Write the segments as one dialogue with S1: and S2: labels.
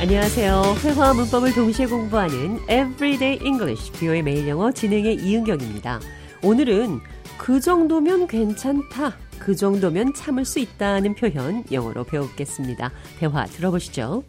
S1: 안녕하세요. 회화와 문법을 동시에 공부하는 Everyday English 뷰의 매일 영어 진행의 이은경입니다. 오늘은 그 정도면 괜찮다, 그 정도면 참을 수 있다는 표현 영어로 배우겠습니다. 대화 들어보시죠.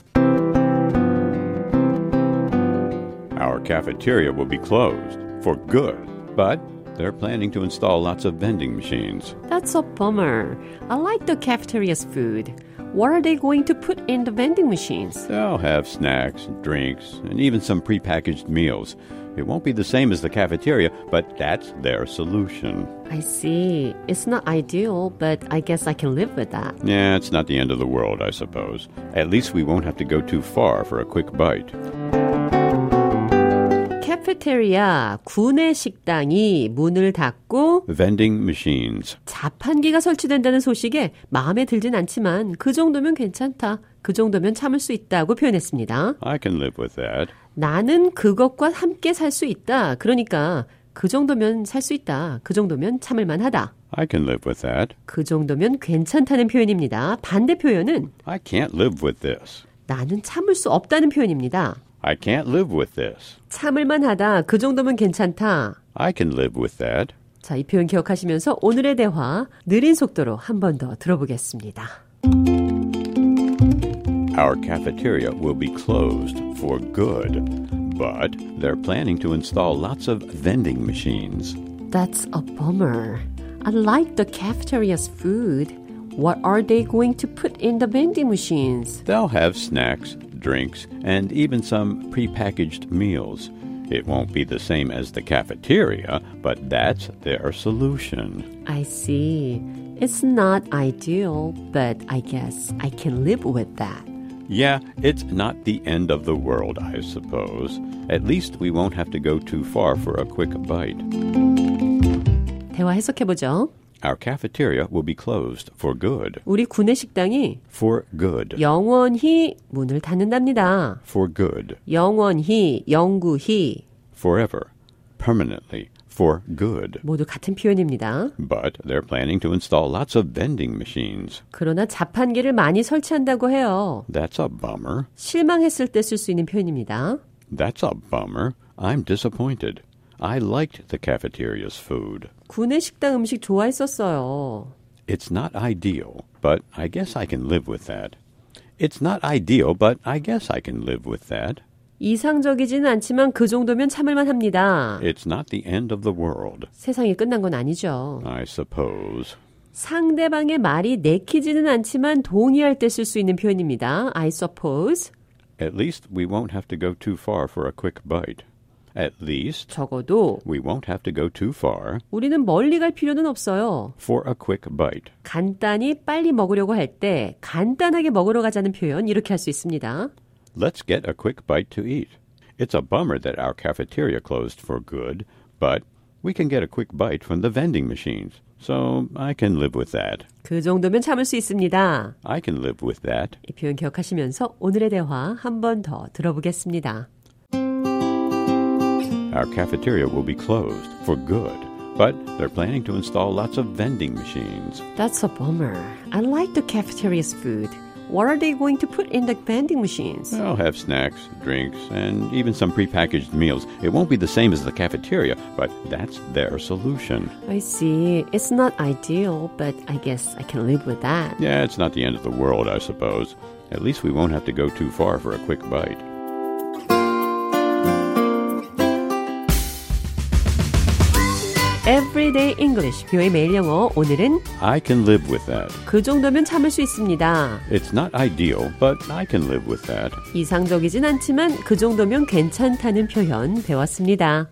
S2: Our cafeteria will be closed for good, but they're planning to install lots of vending machines.
S1: That's a bummer. I like the cafeteria's food. What are they going to put in the vending machines?
S2: They'll have snacks, drinks, and even some prepackaged meals. It won't be the same as the cafeteria, but that's their solution.
S1: I see. It's not ideal, but I guess I can live with that.
S2: Yeah, it's not the end of the world, I suppose. At least we won't have to go too far for a quick bite.
S1: 카페테리아 구내 식당이 문을 닫고
S2: Vending machines.
S1: 자판기가 설치된다는 소식에 마음에 들진 않지만 그 정도면 괜찮다. 그 정도면 참을 수 있다고 표현했습니다.
S2: I can live with that.
S1: 나는 그것과 함께 살 수 있다. 그러니까 그 정도면 살 수 있다. 그 정도면 참을 만하다.
S2: I can live with that.
S1: 그 정도면 괜찮다는 표현입니다. 반대 표현은
S2: I can't live with this.
S1: 나는 참을 수 없다는 표현입니다.
S2: I can't live with this.
S1: 참을 만하다. 그 정도면 괜찮다.
S2: I can live with that.
S1: 자, 이 표현 기억하시면서 오늘의 대화 느린 속도로 한 번 더 들어보겠습니다.
S2: Our cafeteria will be closed for good, but they're planning to install lots of vending machines.
S1: That's a bummer. I like the cafeteria's food. What are they going to put in the vending machines?
S2: They'll have snacks, drinks, and even some prepackaged meals. It won't be the same as the cafeteria, but that's their solution.
S1: I see. It's not ideal, but I guess I can live with that.
S2: Yeah, it's not the end of the world, I suppose. At least we won't have to go too far for a quick bite.
S1: 대화 해석해보죠.
S2: Our cafeteria will be closed for good.
S1: 우리 구내 식당이
S2: For good.
S1: 영원히 문을 닫는답니다.
S2: For good.
S1: 영원히, 영구히
S2: forever, permanently, for good.
S1: 모두 같은 표현입니다.
S2: But they're planning to install lots of vending machines.
S1: 그러나 자판기를 많이 설치한다고 해요.
S2: That's a bummer.
S1: 실망했을 때 쓸 수 있는 표현입니다.
S2: That's a bummer. I'm disappointed. I liked the cafeteria's food.
S1: 구내 식당 음식 좋아했었어요.
S2: It's not ideal, but I guess I can live with that. It's not ideal, but I guess I can live with that.
S1: 이상적이지는 않지만 그 정도면 참을만 합니다.
S2: It's not the end of the world,
S1: 세상이 끝난 건 아니죠.
S2: I suppose.
S1: 상대방의 말이 내키지는 않지만 동의할 때 쓸 수 있는 표현입니다. I suppose.
S2: At least we won't have to go too far for a quick bite. At least
S1: 적어도
S2: we won't have to go too far
S1: 우리는 멀리 갈 필요는 없어요.
S2: for a quick bite.
S1: 간단히 빨리 먹으려고 할 때 간단하게 먹으러 가자는 표현 이렇게 할 수 있습니다.
S2: Let's get a quick bite to eat. It's a bummer that our cafeteria closed for good, but we can get a quick bite from the vending machines, so I can live with that.
S1: 그 정도면 참을 수 있습니다.
S2: I can live with that.
S1: 이 표현 기억하시면서 오늘의 대화 한 번 더 들어보겠습니다.
S2: Our cafeteria will be closed for good, but they're planning to install lots of vending machines.
S1: That's a bummer. I like the cafeteria's food. What are they going to put in the vending machines?
S2: They'll have snacks, drinks, and even some prepackaged meals. It won't be the same as the cafeteria, but that's their solution.
S1: I see. It's not ideal, but I guess I can live with that.
S2: Yeah, it's not the end of the world, I suppose. At least we won't have to go too far for a quick bite.
S1: Everyday English, 뷰의 매일 영어. 오늘은
S2: I can live with that.
S1: 그 정도면 참을 수 있습니다.
S2: It's not ideal, but I can live with that.
S1: 이상적이진 않지만 그 정도면 괜찮다는 표현 배웠습니다.